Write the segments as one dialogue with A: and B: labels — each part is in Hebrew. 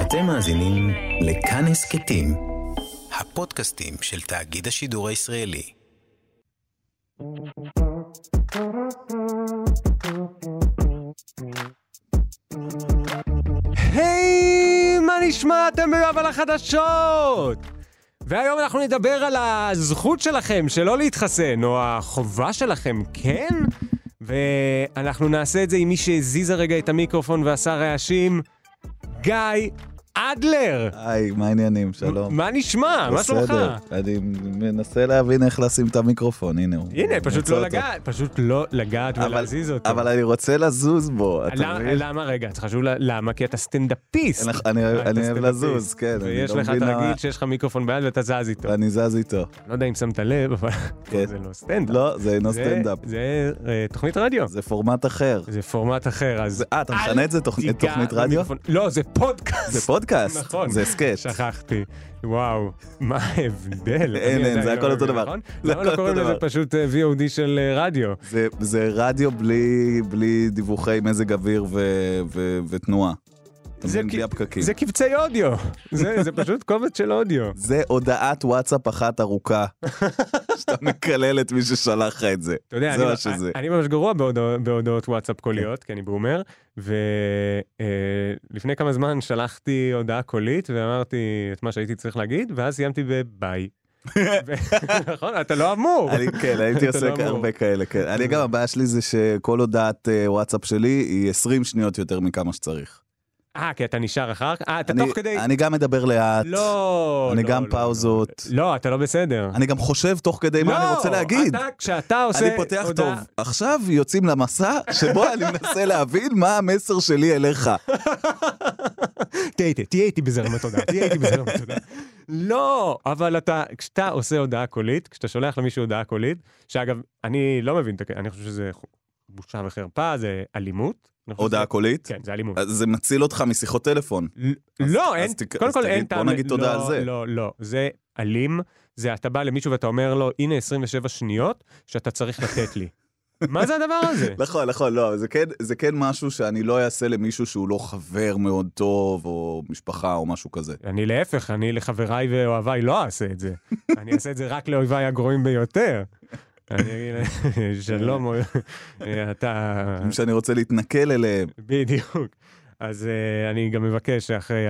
A: אתם מאזינים לכאן הסכתים, הפודקאסטים של תאגיד השידור הישראלי.
B: היי, מה נשמע? אתם ביואב על החדשות! והיום אנחנו נדבר על הזכות שלכם שלא להתחסן, או החובה שלכם כן, ואנחנו נעשה את זה עם מי שהזיזה רגע את המיקרופון ועשה רעשים, גיא אדלר!
C: היי, מה העניינים? שלום.
B: מה נשמע? מה שלומך?
C: בסדר, אני מנסה להבין איך לשים את המיקרופון, הנה הוא.
B: הנה, פשוט
C: מצא
B: לא
C: אותו.
B: לגעת, פשוט לא לגעת
C: אבל-
B: ולהזיז אותו.
C: אבל אני רוצה לזוז בו, אתה
B: למה-
C: מבין?
B: למה רגע? זה חשוב ל- למה? כי אתה סטנדאפיסט.
C: אני- אני
B: אתה
C: אני אוהב
B: סטנדאפיסט.
C: לזוז, כן. אני
B: ויש
C: לא
B: לך
C: מבין למה-
B: תרגיל שיש לך מיקרופון ביד ואתה זז איתו.
C: אני זז איתו.
B: לא יודע אם שמת לב, אבל
C: כן.
B: זה לא סטנדאפ.
C: לא, זה אינו
B: זה-
C: סטנדאפ,
B: זה אה, תוכנית רדיו.
C: זה פורמט אחר.
B: זה פורמט אחר, אז...
C: אה, אתה
B: אל
C: משנה את זה, תוכ-
B: תיגע
C: את תוכנית רדיו?
B: במיקרופון. לא, זה פודקאסט.
C: זה פודקאסט,
B: נכון.
C: זה סקאץ'.
B: שכחתי. וואו, מה ההבדל?
C: אין,
B: אני
C: אין,
B: עדיין
C: זה
B: לא
C: הכל אותו
B: מבין,
C: דבר.
B: נכון? למה
C: זה הכל
B: לא
C: אותו
B: קוראים לזה
C: דבר.
B: פשוט אה, VOD של אה, רדיו?
C: זה- זה רדיו בלי- בלי דיווחי מזג אוויר ו- ו- ותנועה. אתה
B: זה
C: מבין?
B: כי-
C: בלי הפקקים.
B: זה קבצי אודיו. זה זה פשוט קובץ של אודיו.
C: זה הודעת וואטסאפ אחת ארוכה, שאתה מקלל את מי ששלח לך את זה.
B: אתה יודע,
C: זה
B: אני,
C: מה
B: אני-
C: שזה.
B: אני ממש גרוע בהודעות, בהודעות וואטסאפ קוליות, כי אני בומר, ולפני כמה זמן שלחתי הודעה קולית ואמרתי את מה שהייתי צריך להגיד, ואז סיימתי בביי. ו- נכון? אתה לא אמור.
C: אני כן, הייתי
B: אתה
C: עושה
B: לא אמור. לא.
C: הרבה כאלה, כן. אני גם, הבעיה שלי זה שכל הודעת אה, וואטסאפ שלי היא 20 שניות יותר מכמה שצריך.
B: אה, כי אתה נשאר אחר כך? אה, אתה
C: אני-
B: תוך כדי...
C: אני גם מדבר לאט,
B: לא,
C: אני
B: לא,
C: גם
B: לא,
C: פאוזות.
B: לא, לא, אתה לא בסדר.
C: אני גם חושב תוך כדי מה אני רוצה להגיד.
B: לא, אתה, כשאתה עושה...
C: אני פותח טוב.
B: הודעה-
C: עכשיו יוצאים למסע שבו אני מנסה להבין מה המסר שלי אליך.
B: תהיה איתי, תהיה איתי בזרם התודעה, תהיה איתי בזרם התודעה. לא, אבל אתה, כשאתה עושה הודעה קולית, כשאתה שולח למישהו הודעה קולית, שאגב, אני לא מבין, את הק- אני חושב שזה חו- בושה וחרפה, זה אלימות. אני חושב
C: הודעה
B: שזה-
C: קולית?
B: כן, זה אלימות.
C: אז זה מציל אותך משיחות טלפון.
B: ל-
C: אז-
B: לא,
C: אז
B: אין,
C: תק-
B: קודם
C: אז
B: כל
C: תגיד,
B: אין
C: בוא
B: טעם,
C: נגיד תודה
B: לא,
C: על זה.
B: לא, לא, זה אלים, זה אתה בא למישהו ואתה אומר לו, הנה 27 שניות שאתה צריך לתת לי. מה זה הדבר הזה?
C: נכון, נכון, לא, זה כן, זה כן משהו שאני לא אעשה למישהו שהוא לא חבר מאוד טוב, או משפחה, או משהו כזה.
B: אני להפך, אני לחבריי ואוהביי לא אעשה את זה. אני אעשה את זה רק לאויביי הגרועים ביותר. אני אגיד להם, שלום, אוי- אתה...
C: אנשים שאני רוצה להתנכל אליהם.
B: בדיוק. אז אה, אני גם מבקש שאחרי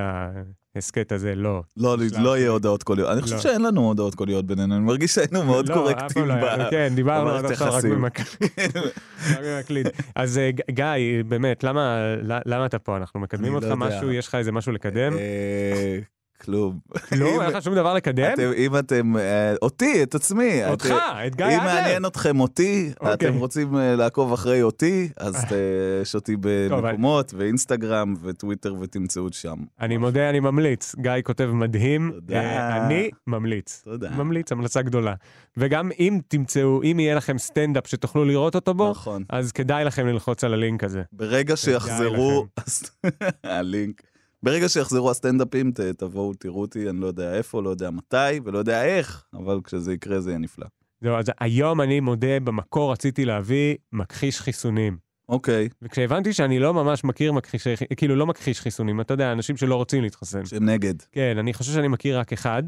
B: ההסכת הזה לא.
C: לא,
B: בשלב
C: לא
B: זה.
C: יהיה הודעות קוליות. אני חושב
B: לא.
C: שאין לנו הודעות קוליות בינינו, אני מרגיש שהיינו מאוד
B: לא, אף
C: קורקטים
B: פעם לא היה.
C: ב-
B: כן, דיברנו עד
C: במערכת
B: עכשיו רק
C: יחסים.
B: במקליט. רק במקליט. אז אה, ג- גיא, באמת, למה למה אתה פה? אנחנו מקדמים
C: אני
B: אותך
C: לא יודע.
B: משהו? יש לך איזה משהו לקדם?
C: אה, כלום.
B: לא,
C: אם-
B: אין לך שום דבר לקדם?
C: אתם- אם אתם, אה, אותי, את עצמי.
B: אותך,
C: אתם-
B: את גיא
C: אם
B: אדלר.
C: מעניין אתכם אותי,
B: אוקיי.
C: אתם רוצים אה, לעקוב אחרי אותי, אז אה, יש אותי במקומות, ואינסטגרם, וטוויטר, ותמצאו שם.
B: אני מודה, אני ממליץ. גיא כותב מדהים.
C: תודה.
B: אה, אני ממליץ.
C: תודה.
B: ממליץ, המלצה גדולה. וגם אם תמצאו, אם יהיה לכם סטנדאפ שתוכלו לראות אותו בו,
C: נכון.
B: אז כדאי לכם ללחוץ על הלינק הזה.
C: ברגע שיחזרו, הלינק, ברגע שיחזרו הסטנדאפים, ת- תבואו, תראו אותי, אני לא יודע איפה, לא יודע מתי ולא יודע איך, אבל כשזה יקרה זה יהיה נפלא.
B: זהו, אז היום אני מודה, במקור רציתי להביא מכחיש חיסונים.
C: אוקיי,
B: וכשהבנתי שאני לא ממש מכיר מכחישי, חי- כאילו לא מכחיש חיסונים, אתה יודע, אנשים שלא רוצים להתחסן.
C: שהם נגד.
B: כן, אני חושב שאני מכיר רק אחד,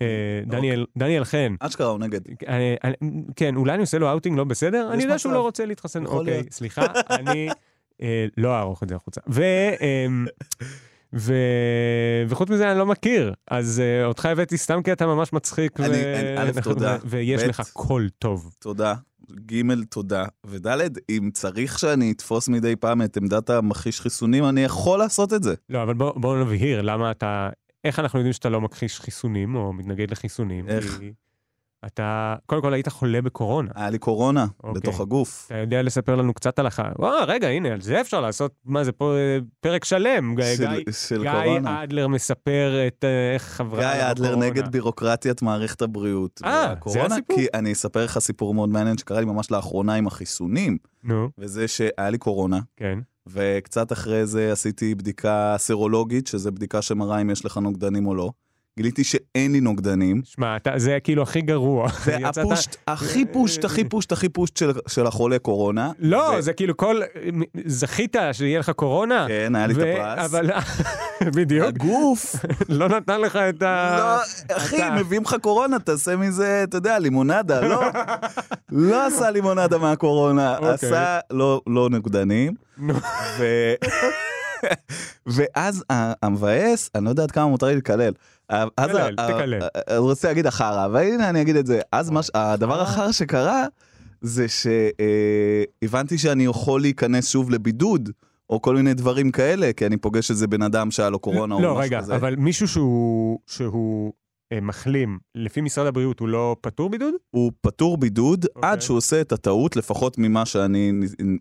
B: אה,
C: אוקיי.
B: דניאל, דניאל חן.
C: אשכרה הוא נגד.
B: אני- אני- כן, אולי אני עושה לו אאוטינג לא בסדר, אני יודע שהוא
C: מצב.
B: לא רוצה להתחסן.
C: יכול
B: אוקיי,
C: להיות.
B: סליחה, אני אה, לא אערוך את זה החוצה. ו... אמ, ו... וחוץ מזה אני לא מכיר, אז אה, אותך הבאתי סתם כי אתה ממש מצחיק.
C: אני- אני- א',
B: ואנחנו-
C: תודה.
B: ויש
C: ב',
B: לך קול טוב.
C: תודה. ג' תודה. וד' אם צריך שאני אתפוס מדי פעם את עמדת המכחיש חיסונים, אני יכול לעשות את זה.
B: לא, אבל בוא- בואו נבהיר למה אתה... איך אנחנו יודעים שאתה לא מכחיש חיסונים או מתנגד לחיסונים?
C: איך?
B: כי אתה, קודם כל היית חולה בקורונה.
C: היה לי קורונה
B: אוקיי.
C: בתוך הגוף.
B: אתה יודע לספר לנו קצת על הח... וואה, רגע, הנה, על זה אפשר לעשות, מה זה פה אה, פרק שלם. גיא-
C: של-
B: גיא-
C: של
B: גיא
C: קורונה.
B: אדלר מספר את אה, איך חברה
C: גיא
B: לו
C: אדלר
B: קורונה.
C: נגד בירוקרטיית מערכת הבריאות.
B: אה, זה
C: והקורונה,
B: הסיפור?
C: כי אני אספר לך סיפור מאוד מעניין שקרה לי ממש לאחרונה עם החיסונים,
B: נו,
C: וזה שהיה לי קורונה,
B: כן.
C: וקצת אחרי זה עשיתי בדיקה סרולוגית, שזה בדיקה שמראה אם יש לך נוגדנים או לא. גיליתי שאין לי נוגדנים.
B: שמע, אתה- זה כאילו הכי גרוע.
C: זה
B: יצאת-
C: הפושט, הכי פושט, הכי פושט, הכי פושט של- של החולה קורונה.
B: לא,
C: ו-
B: זה כאילו כל... זכית שיהיה לך קורונה?
C: כן, היה לי את
B: ו-
C: הפרס.
B: אבל... בדיוק.
C: הגוף.
B: לא נתן לך את ה...
C: לא, אחי,
B: אתה-
C: מביאים לך קורונה, תעשה מזה, אתה יודע, לימונדה, לא? לא עשה לימונדה מהקורונה,
B: אוקיי.
C: עשה לא לא נוגדנים.
B: נו.
C: ו- ואז ה- המבאס, אני לא יודע עד כמה מותר לי לקלל. אז ה-
B: תקלל,
C: ה-
B: תקלל.
C: ה- אני רוצה להגיד החרא, אבל הנה אני אגיד את זה. אז מה ש- הדבר
B: אה.
C: החרא שקרה, זה שהבנתי שאני יכול להיכנס שוב לבידוד. או כל מיני דברים כאלה, כי אני פוגש איזה בן אדם שהיה לו קורונה או משהו
B: לא,
C: כזה.
B: רגע, אבל מישהו שהוא- שהוא אה, מחלים, לפי משרד הבריאות הוא לא פטור בידוד?
C: הוא פטור בידוד okay.
B: אוקיי.
C: עד שהוא עושה את הטעות, לפחות ממה שאני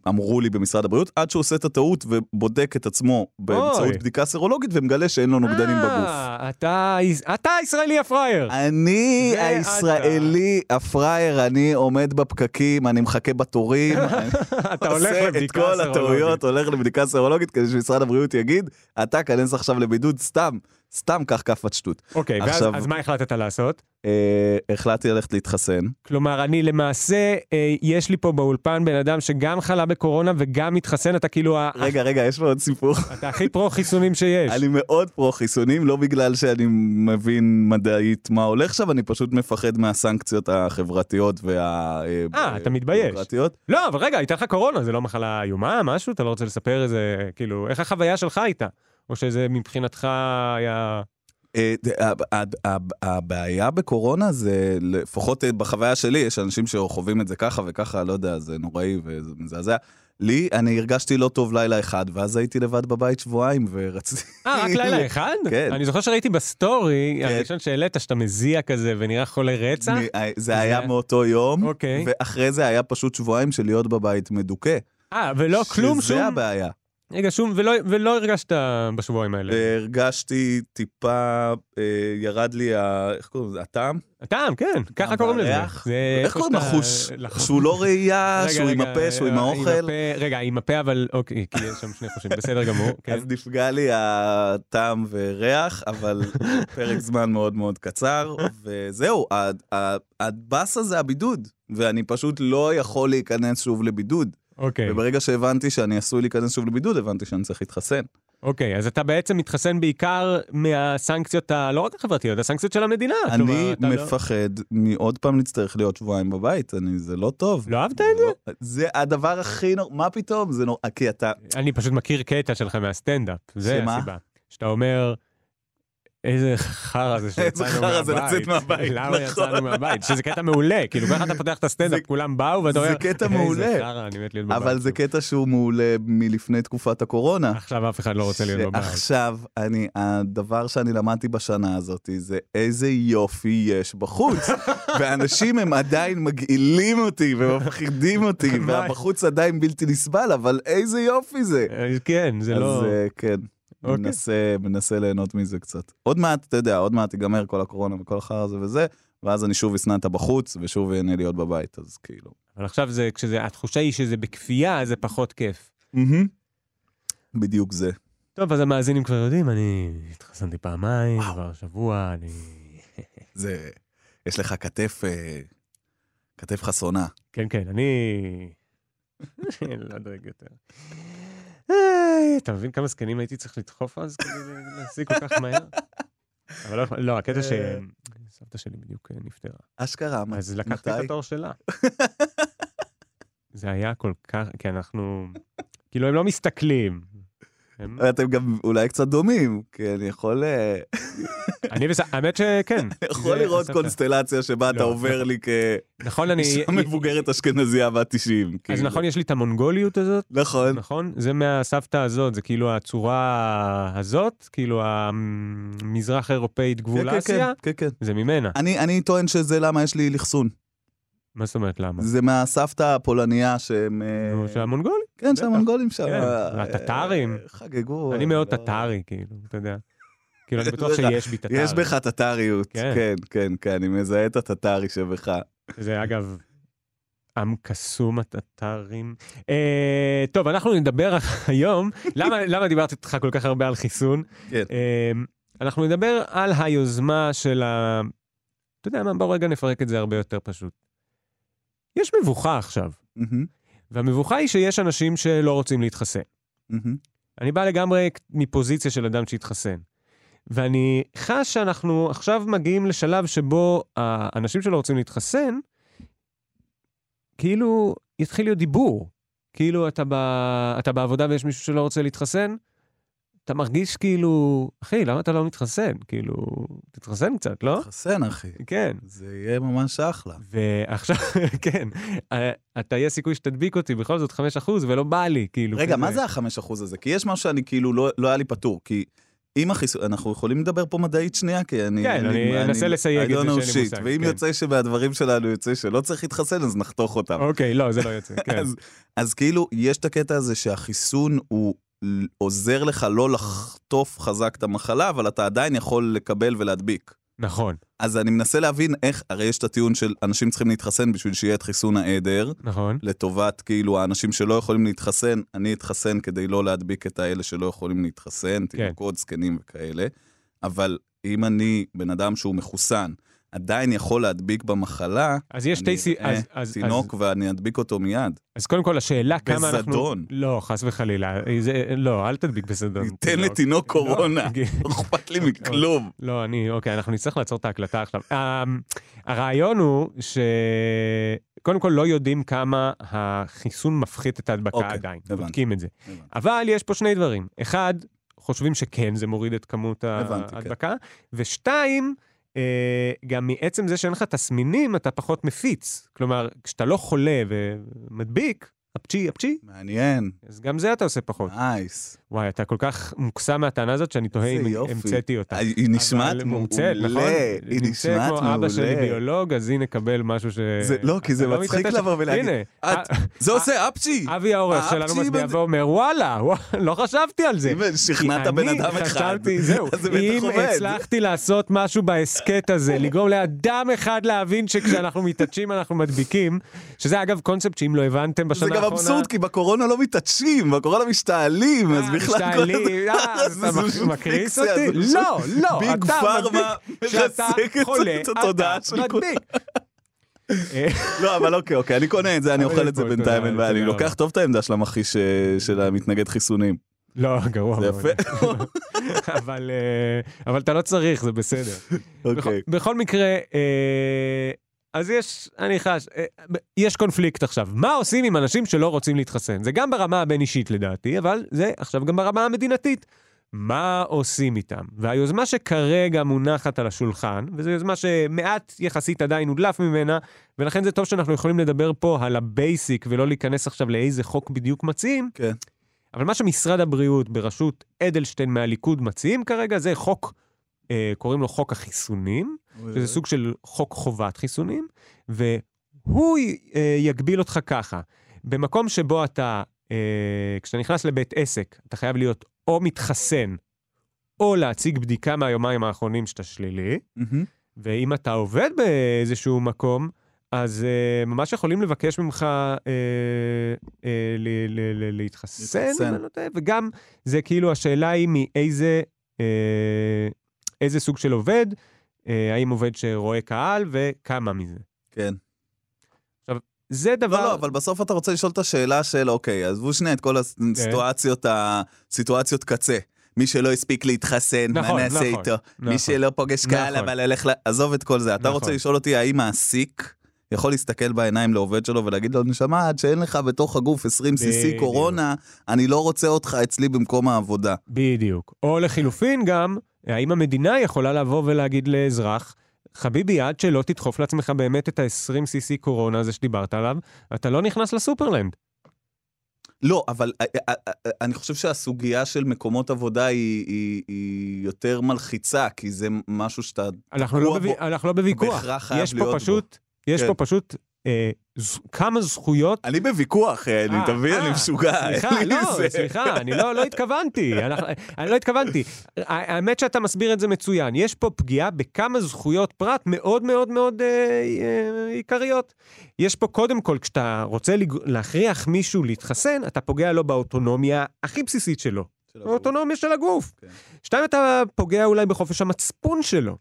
C: אמרו לי במשרד הבריאות, עד שהוא עושה את הטעות ובודק את עצמו באמצעות
B: אוי.
C: בדיקה סרולוגית ומגלה שאין לו נוגדנים בגוף.
B: אה, אתה- אתה הישראלי הפראייר.
C: אני
B: זה
C: הישראלי הפראייר, אני עומד בפקקים, אני מחכה בתורים, אני
B: אתה הולך
C: עושה את
B: לבדיקה
C: כל
B: סרולוגית.
C: הטעויות, הולך לבדיקה סרולוגית כדי שמשרד הבריאות יגיד, אתה כנס עכשיו לבידוד סתם, סתם קח כאפת שטות.
B: אוקיי, ואז
C: עכשיו-
B: אז מה החלטת לעשות?
C: אה, החלטתי ללכת להתחסן.
B: כלומר, אני למעשה, אה, יש לי פה באולפן בן אדם שגם חלה בקורונה וגם התחסן, אתה כאילו, ה-
C: רגע, רגע, יש פה עוד סיפור.
B: אתה הכי פרו חיסונים שיש.
C: אני מאוד פרו חיסונים, לא בגלל שאני מבין מדעית מה הולך שם, אני פשוט מפחד מהסנקציות החברתיות וה...
B: אה, אתה מתבייש.
C: ביורוקרטיות.
B: לא, אבל רגע, הייתה לך קורונה, זה לא מחלה איומה, משהו? אתה לא רוצה לספר איזה, כאילו, איך החוויה שלך הייתה? או שזה מבחינתך היה...
C: אה, ד- ה- ה- ה- הבעיה בקורונה זה, לפחות אה, בחוויה שלי, יש אנשים שחווים את זה ככה וככה, לא יודע, זה נוראי וזה מזעזע. לי, אני הרגשתי לא טוב לילה אחד, ואז הייתי לבד בבית שבועיים ורציתי...
B: אה, רק לילה אחד?
C: כן.
B: אני זוכר שראיתי בסטורי,
C: כן.
B: הראשון שהעלית, שאתה מזיע כזה ונראה חולה רצח.
C: מ- אה,
B: זה-
C: זה היה מאותו יום,
B: אוקיי.
C: ואחרי זה היה פשוט שבועיים של להיות בבית מדוכא.
B: אה, ולא כלום, שום...
C: שזה הבעיה.
B: רגע, שום, ולא- ולא הרגשת בשבועיים האלה.
C: הרגשתי טיפה, אה, ירד לי, ה- איך קוראים לזה, הטעם?
B: טעם, כן, ככה קוראים לזה.
C: הריח?
B: זה
C: איך
B: איפה
C: קוראים
B: שאתה-
C: לחוש?
B: לחוש.
C: שהוא לא ראייה,
B: רגע,
C: שהוא עם
B: רגע, אה,
C: הפה, שהוא עם האוכל?
B: הפה- רגע, עם הפה, אבל אוקיי, כי יש שם שני חושים, בסדר גמור. כן.
C: אז נפגע לי הטעם וריח, אבל פרק זמן מאוד מאוד קצר, וזהו, ה- ה- הבאסה זה הבידוד, ואני פשוט לא יכול להיכנס שוב לבידוד.
B: אוקיי,
C: וברגע שהבנתי שאני עשוי להיכנס שוב לבידוד, הבנתי שאני צריך להתחסן.
B: אוקיי, אז אתה בעצם מתחסן בעיקר מהסנקציות, ה- לא רק החברתיות, הסנקציות של המדינה.
C: אני
B: כלומר, אתה לא-
C: מפחד מעוד פעם להצטרך להיות שבועיים בבית, אני, זה לא טוב.
B: לא אהבת את זה?
C: זה הדבר הכי נורא, מה פתאום? זה נורא, כי אתה,
B: אני פשוט מכיר קטע שלך מהסטנדאפ, זה
C: שמה?
B: הסיבה. שאתה אומר, איזה חרא זה שיצאנו מהבית.
C: איזה חרא זה לצאת מהבית,
B: למה יצאנו
C: נכון.
B: מהבית? שזה קטע מעולה, כאילו ככה אתה פותח את הסטנדאפ,
C: זה-
B: כולם באו ואתה
C: זה
B: אומר,
C: קטע
B: איזה
C: מעולה."
B: חרא, אני מת להיות בבית.
C: אבל זה קטע שהוא מעולה מלפני תקופת הקורונה.
B: עכשיו אף אחד לא רוצה להיות בבית.
C: עכשיו, אני, הדבר שאני למדתי בשנה הזאת זה איזה יופי יש בחוץ. ואנשים הם עדיין מגעילים אותי ומפחידים אותי,
B: מה?
C: והבחוץ עדיין בלתי נסבל, אבל איזה יופי זה.
B: אה, כן, זה לא...
C: אז אה, כן,
B: אוקיי.
C: מנסה, מנסה ליהנות מזה קצת. עוד מעט, אתה יודע, עוד מעט תיגמר כל הקורונה וכל החרא הזה וזה, ואז אני שוב אשנא את הבחוץ, ושוב אהנה להיות בבית, אז כאילו.
B: אבל עכשיו זה, כשזה, התחושה היא שזה בכפייה, אז זה פחות כיף.
C: בדיוק זה.
B: טוב, אז המאזינים כבר יודעים, אני התחסנתי פעמיים, כבר השבוע, אני...
C: זה, יש לך כתף, אה, כתף חסונה.
B: כן, כן, אני... לא דואג יותר. איי, אתה מבין כמה זקנים הייתי צריך לדחוף אז כדי להשיג כל כך מהר? אבל לא, לא, הקטע
C: אה.
B: שסבתא שלי בדיוק אה, נפטרה.
C: אשכרה, מ-
B: אז לקחתי את
C: מתי?
B: התור שלה. זה היה כל כך, כי אנחנו... כאילו, הם לא מסתכלים. הם-
C: אתם גם אולי קצת דומים, כי אני יכול, אה,
B: אני וס... האמת שכן.
C: יכול
B: זה
C: לראות
B: הסבתא.
C: קונסטלציה שבה אתה
B: לא,
C: עובר
B: נכון.
C: לי
B: נכון, אני...
C: כאישה מבוגרת אשכנזייה בת 90.
B: אז
C: כאילו.
B: נכון, יש לי את המונגוליות הזאת,
C: נכון.
B: נכון? זה מהסבתא הזאת, זה כאילו הצורה הזאת, כאילו המזרח אירופאית גבול
C: כן, כן, כן,
B: אסיה,
C: כן, כן.
B: זה ממנה.
C: אני, אני טוען שזה למה יש לי לחסון.
B: מה זאת אומרת למה?
C: זה מהסבתא הפולניה שהם... אה,
B: נו, של המונגולים.
C: כן,
B: בטח.
C: שהמונגולים שם.
B: כן,
C: אה,
B: והטטרים.
C: אה, חגגו.
B: אני
C: אה,
B: מאוד
C: לא-
B: טטרי, כאילו, אתה יודע. כאילו, אני בטוח
C: לא יודע.
B: שיש בי טטרי.
C: יש בך טטריות.
B: כן.
C: כן, כן, כן, אני מזהה את הטטרי שבך.
B: זה אגב, עם קסום הטטרים. אה, טוב, אנחנו נדבר היום, למה למה דיברתי איתך כל כך הרבה על חיסון?
C: כן.
B: אמ, אנחנו נדבר על היוזמה של ה... אתה יודע מה, בואו רגע נפרק את זה הרבה יותר פשוט. יש מבוכה עכשיו,
C: מהמם,
B: והמבוכה היא שיש אנשים שלא רוצים להתחסן.
C: מהמם.
B: אני בא לגמרי מפוזיציה של אדם שהתחסן. ואני חש שאנחנו עכשיו מגיעים לשלב שבו האנשים שלא רוצים להתחסן, כאילו יתחיל להיות דיבור. כאילו אתה, ב... אתה בעבודה ויש מישהו שלא רוצה להתחסן, אתה מרגיש כאילו, אחי, למה אתה לא מתחסן? כאילו, תתחסן קצת, לא?
C: חסן, אחי.
B: כן.
C: זה יהיה ממש אחלה.
B: ועכשיו, כן, אה, אתה יש סיכוי שתדביק אותי, בכל זאת 5% ולא בא לי, כאילו.
C: רגע, מה
B: כזה.
C: זה החמש אחוז הזה? כי יש משהו שאני כאילו, לא לא היה לי פתור. כי אם החיסון, אנחנו יכולים לדבר פה מדעית שנייה, כי אני...
B: כן, אני אנסה לסייג את זה
C: I don't know
B: שאין לי
C: shit.
B: מושג,
C: ואם
B: כן.
C: יוצא שמהדברים שלנו יוצא שלא צריך להתחסן, אז נחתוך אותם.
B: אוקיי, לא, זה לא יוצא, כן.
C: אז, אז כאילו, יש את הקטע הזה שהחיסון הוא ל- עוזר לך לא לחטוף חזק את המחלה, אבל אתה עדיין יכול לקבל ולהדביק.
B: נכון,
C: אז אני מנסה להבין איך, הרי יש את הטיעון של אנשים צריכים להתחסן בשביל שיהיה את חיסון העדר,
B: נכון.
C: לטובת כאילו האנשים שלא יכולים להתחסן, אני אתחסן כדי לא להדביק את האלה שלא יכולים להתחסן, תינוקות, זקנים וכאלה. אבל אם אני בן אדם שהוא מחוסן, עדיין יכול להדביק במחלה,
B: אז יש
C: אני
B: שתי... סי-
C: אראה
B: אז- אז-
C: תינוק
B: אז-
C: ואני אדביק אותו מיד.
B: אז קודם כל, השאלה כמה אנחנו...
C: בזדון.
B: לא, חס וחלילה. זה- לא, אל תדביק בזדון.
C: תן לתינוק קורונה,
B: לא,
C: לא אכפת לי מכלום.
B: לא, אני... אוקיי, אנחנו נצטרך לעצור את ההקלטה עכשיו. אמ, הרעיון הוא ש... קודם כל, לא יודעים כמה החיסון מפחית את ההדבקה
C: אוקיי,
B: עדיין.
C: הבנתי.
B: בודקים את זה.
C: הבנתי.
B: אבל יש פה שני דברים. אחד, חושבים שכן, זה מוריד את כמות
C: הבנתי, כן.
B: ההדבקה. ושתיים, אה, גם מעצם זה שאין לך תסמינים, אתה פחות מפיץ. כלומר, כשאתה לא חולה ומדביק, אפצ'י אפצ'י,
C: כן. מעניין,
B: אז גם זה אתה עושה
C: אה.
B: פחות.
C: נייס.
B: וואי, אתה כל כך מוקסם מהטענה הזאת, שאני תוהה
C: איזה
B: אם
C: יופי.
B: המצאתי אותה.
C: היא נשמעת
B: אבל
C: מעולה,
B: מומצאת, נכון?
C: היא
B: נמצאת
C: נשמעת
B: כמו אבא שלי
C: מעולה.
B: ביולוג, אז הנה, קבל משהו ש...
C: זה- לא, כי זה
B: אתה
C: מצחיק
B: מתעטש.
C: לבוא ולהגיד,
B: הנה, אה,
C: את- זה עושה אפצ'י!
B: אבי העורך
C: אה,
B: שלנו
C: אפצ'י
B: מצביע
C: בזה-
B: ואומר, וואלה, וואלה, לא חשבתי על זה.
C: אם שכנעת בן אדם אחד.
B: אני חשבתי, זהו,
C: אז זה בטח
B: אם
C: עובד.
B: הצלחתי לעשות משהו בהסכת הזה, לגרום לאדם אחד להבין שכשאנחנו מתעטשים אנחנו מדביקים, שזה אגב קונספט שאם לא הבנתם בשנה
C: זה
B: האחרונה...
C: גם אבסורד, כי בקורונה לא מתעטשים, בקורונה משתעלים, אז
B: אה,
C: בכלל... כל
B: משתעלים,
C: הדבר
B: אה,
C: הזה
B: אתה
C: זה
B: מקריס
C: פיקציה,
B: אותי?
C: זה פשוט-
B: לא, לא,
C: ביג
B: אתה
C: פארמה
B: מדביק
C: מחזקת
B: כשאתה חולה,
C: את התודעה
B: אתה
C: של כולם.
B: מדביק. אה,
C: לא, אבל אוקיי, אוקיי, אני קונה את זה, אני
B: אבל
C: אוכל
B: יש
C: את זה
B: פה,
C: בינתיים,
B: תודה,
C: אין בעיה, אני
B: תודה
C: לוקח
B: רבה.
C: טוב את העמדה של המכחיש אה, של המתנגד חיסונים.
B: לא, גרוע
C: זה
B: מאוד.
C: יפה.
B: אבל, אה, אבל אתה לא צריך, זה בסדר. נכון.
C: אוקיי.
B: בכל, בכל מקרה, אה, אז יש, אני חש, אה, ב- יש קונפליקט עכשיו. מה עושים עם אנשים שלא רוצים להתחסן? זה גם ברמה הבין-אישית לדעתי, אבל זה עכשיו גם ברמה המדינתית. מה עושים איתם? והיוזמה שכרגע מונחת על השולחן, וזו יוזמה שמעט יחסית עדיין הודלף ממנה, ולכן זה טוב שאנחנו יכולים לדבר פה על הבייסיק ולא להיכנס עכשיו לאיזה חוק בדיוק מציעים.
C: כן.
B: אבל מה שמשרד הבריאות בראשות אדלשטיין מהליכוד מציעים כרגע זה חוק, אה, קוראים לו חוק החיסונים, שזה סוג של חוק חובת חיסונים, והוא י- אה, יגביל אותך ככה. במקום שבו אתה, אה, כשאתה נכנס לבית עסק, אתה חייב להיות או מתחסן, או להציג בדיקה מהיומיים האחרונים שאתה שלילי,
C: מהמם.
B: ואם אתה עובד באיזשהו מקום, אז uh, ממש יכולים לבקש ממך uh, uh, ל- ל- ל- להתחסן,
C: להתחסן.
B: אם אני לא טועה, וגם זה כאילו השאלה היא מאיזה uh, איזה סוג של עובד, uh, האם עובד שרואה קהל וכמה מזה.
C: כן.
B: זה דבר...
C: לא, לא, אבל בסוף אתה רוצה לשאול את השאלה של, אוקיי, עזבו שנייה את כל הסיטואציות ה- סיטואציות קצה. מי שלא הספיק להתחסן, מה
B: נכון,
C: נעשה
B: נכון,
C: איתו?
B: נכון.
C: מי שלא פוגש
B: נכון.
C: קהל, אבל הולך ל... עזוב את כל זה. אתה
B: נכון.
C: רוצה לשאול אותי האם מעסיק יכול להסתכל בעיניים לעובד שלו ולהגיד לו, נשמה, עד שאין לך בתוך הגוף 20 cc
B: בדיוק.
C: קורונה, אני לא רוצה אותך אצלי במקום העבודה.
B: בדיוק. או לחילופין גם, האם המדינה יכולה לבוא ולהגיד לאזרח, חביבי, עד שלא תדחוף לעצמך באמת את ה-20cc קורונה הזה שדיברת עליו, אתה לא נכנס לסופרלנד.
C: לא, אבל אה, אה, אה, אני חושב שהסוגיה של מקומות עבודה היא- היא היא יותר מלחיצה, כי זה משהו שאתה...
B: אנחנו,
C: תקוע
B: לא, בו...
C: בו.
B: אנחנו לא בוויכוח.
C: בהכרח חייב
B: יש
C: להיות
B: פה
C: בו.
B: פשוט, יש
C: כן.
B: פה פשוט אה, ז... כמה זכויות.
C: אני בוויכוח, אה, אני,
B: אה,
C: אתה מבין?
B: אה,
C: אני משוגע. אין
B: סליחה,
C: לי
B: לא,
C: זה.
B: סליחה, אני לא, לא התכוונתי, אנחנו- אני לא התכוונתי. ה- האמת שאתה מסביר את זה מצוין, יש פה פגיעה בכמה זכויות פרט מאוד מאוד מאוד אה, אה, עיקריות. יש פה קודם כל, כשאתה רוצה לג- להכריח מישהו להתחסן, אתה פוגע לו באוטונומיה הכי בסיסית שלו.
C: של הגוף.
B: האוטונומיה של הגוף.
C: כן.
B: שתיים, אתה פוגע אולי בחופש המצפון שלו.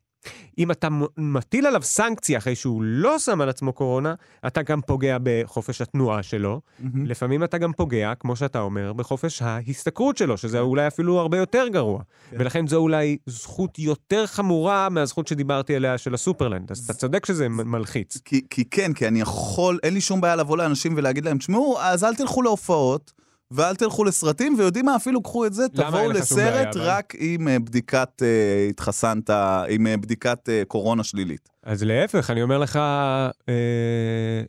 B: אם אתה מ- מטיל עליו סנקציה אחרי שהוא לא שם על עצמו קורונה, אתה גם פוגע בחופש התנועה שלו.
C: מהמם.
B: לפעמים אתה גם פוגע, כמו שאתה אומר, בחופש ההשתכרות שלו, שזה אולי אפילו הרבה יותר גרוע.
C: כן.
B: ולכן זו אולי זכות יותר חמורה מהזכות שדיברתי עליה של הסופרלנד. אז אתה צודק שזה מ- מלחיץ.
C: כי, כי כן, כי אני יכול, אין לי שום בעיה לבוא לאנשים ולהגיד להם, תשמעו, אז אל תלכו להופעות, ואל תלכו לסרטים, ויודעים מה, אפילו קחו את זה,
B: למה אין
C: תבואו
B: לך שום
C: לסרט
B: בעיה, אבל?
C: רק עם אה, בדיקת אה, התחסנת, עם אה, בדיקת אה, קורונה שלילית.
B: אז להפך, אני אומר לך, אה,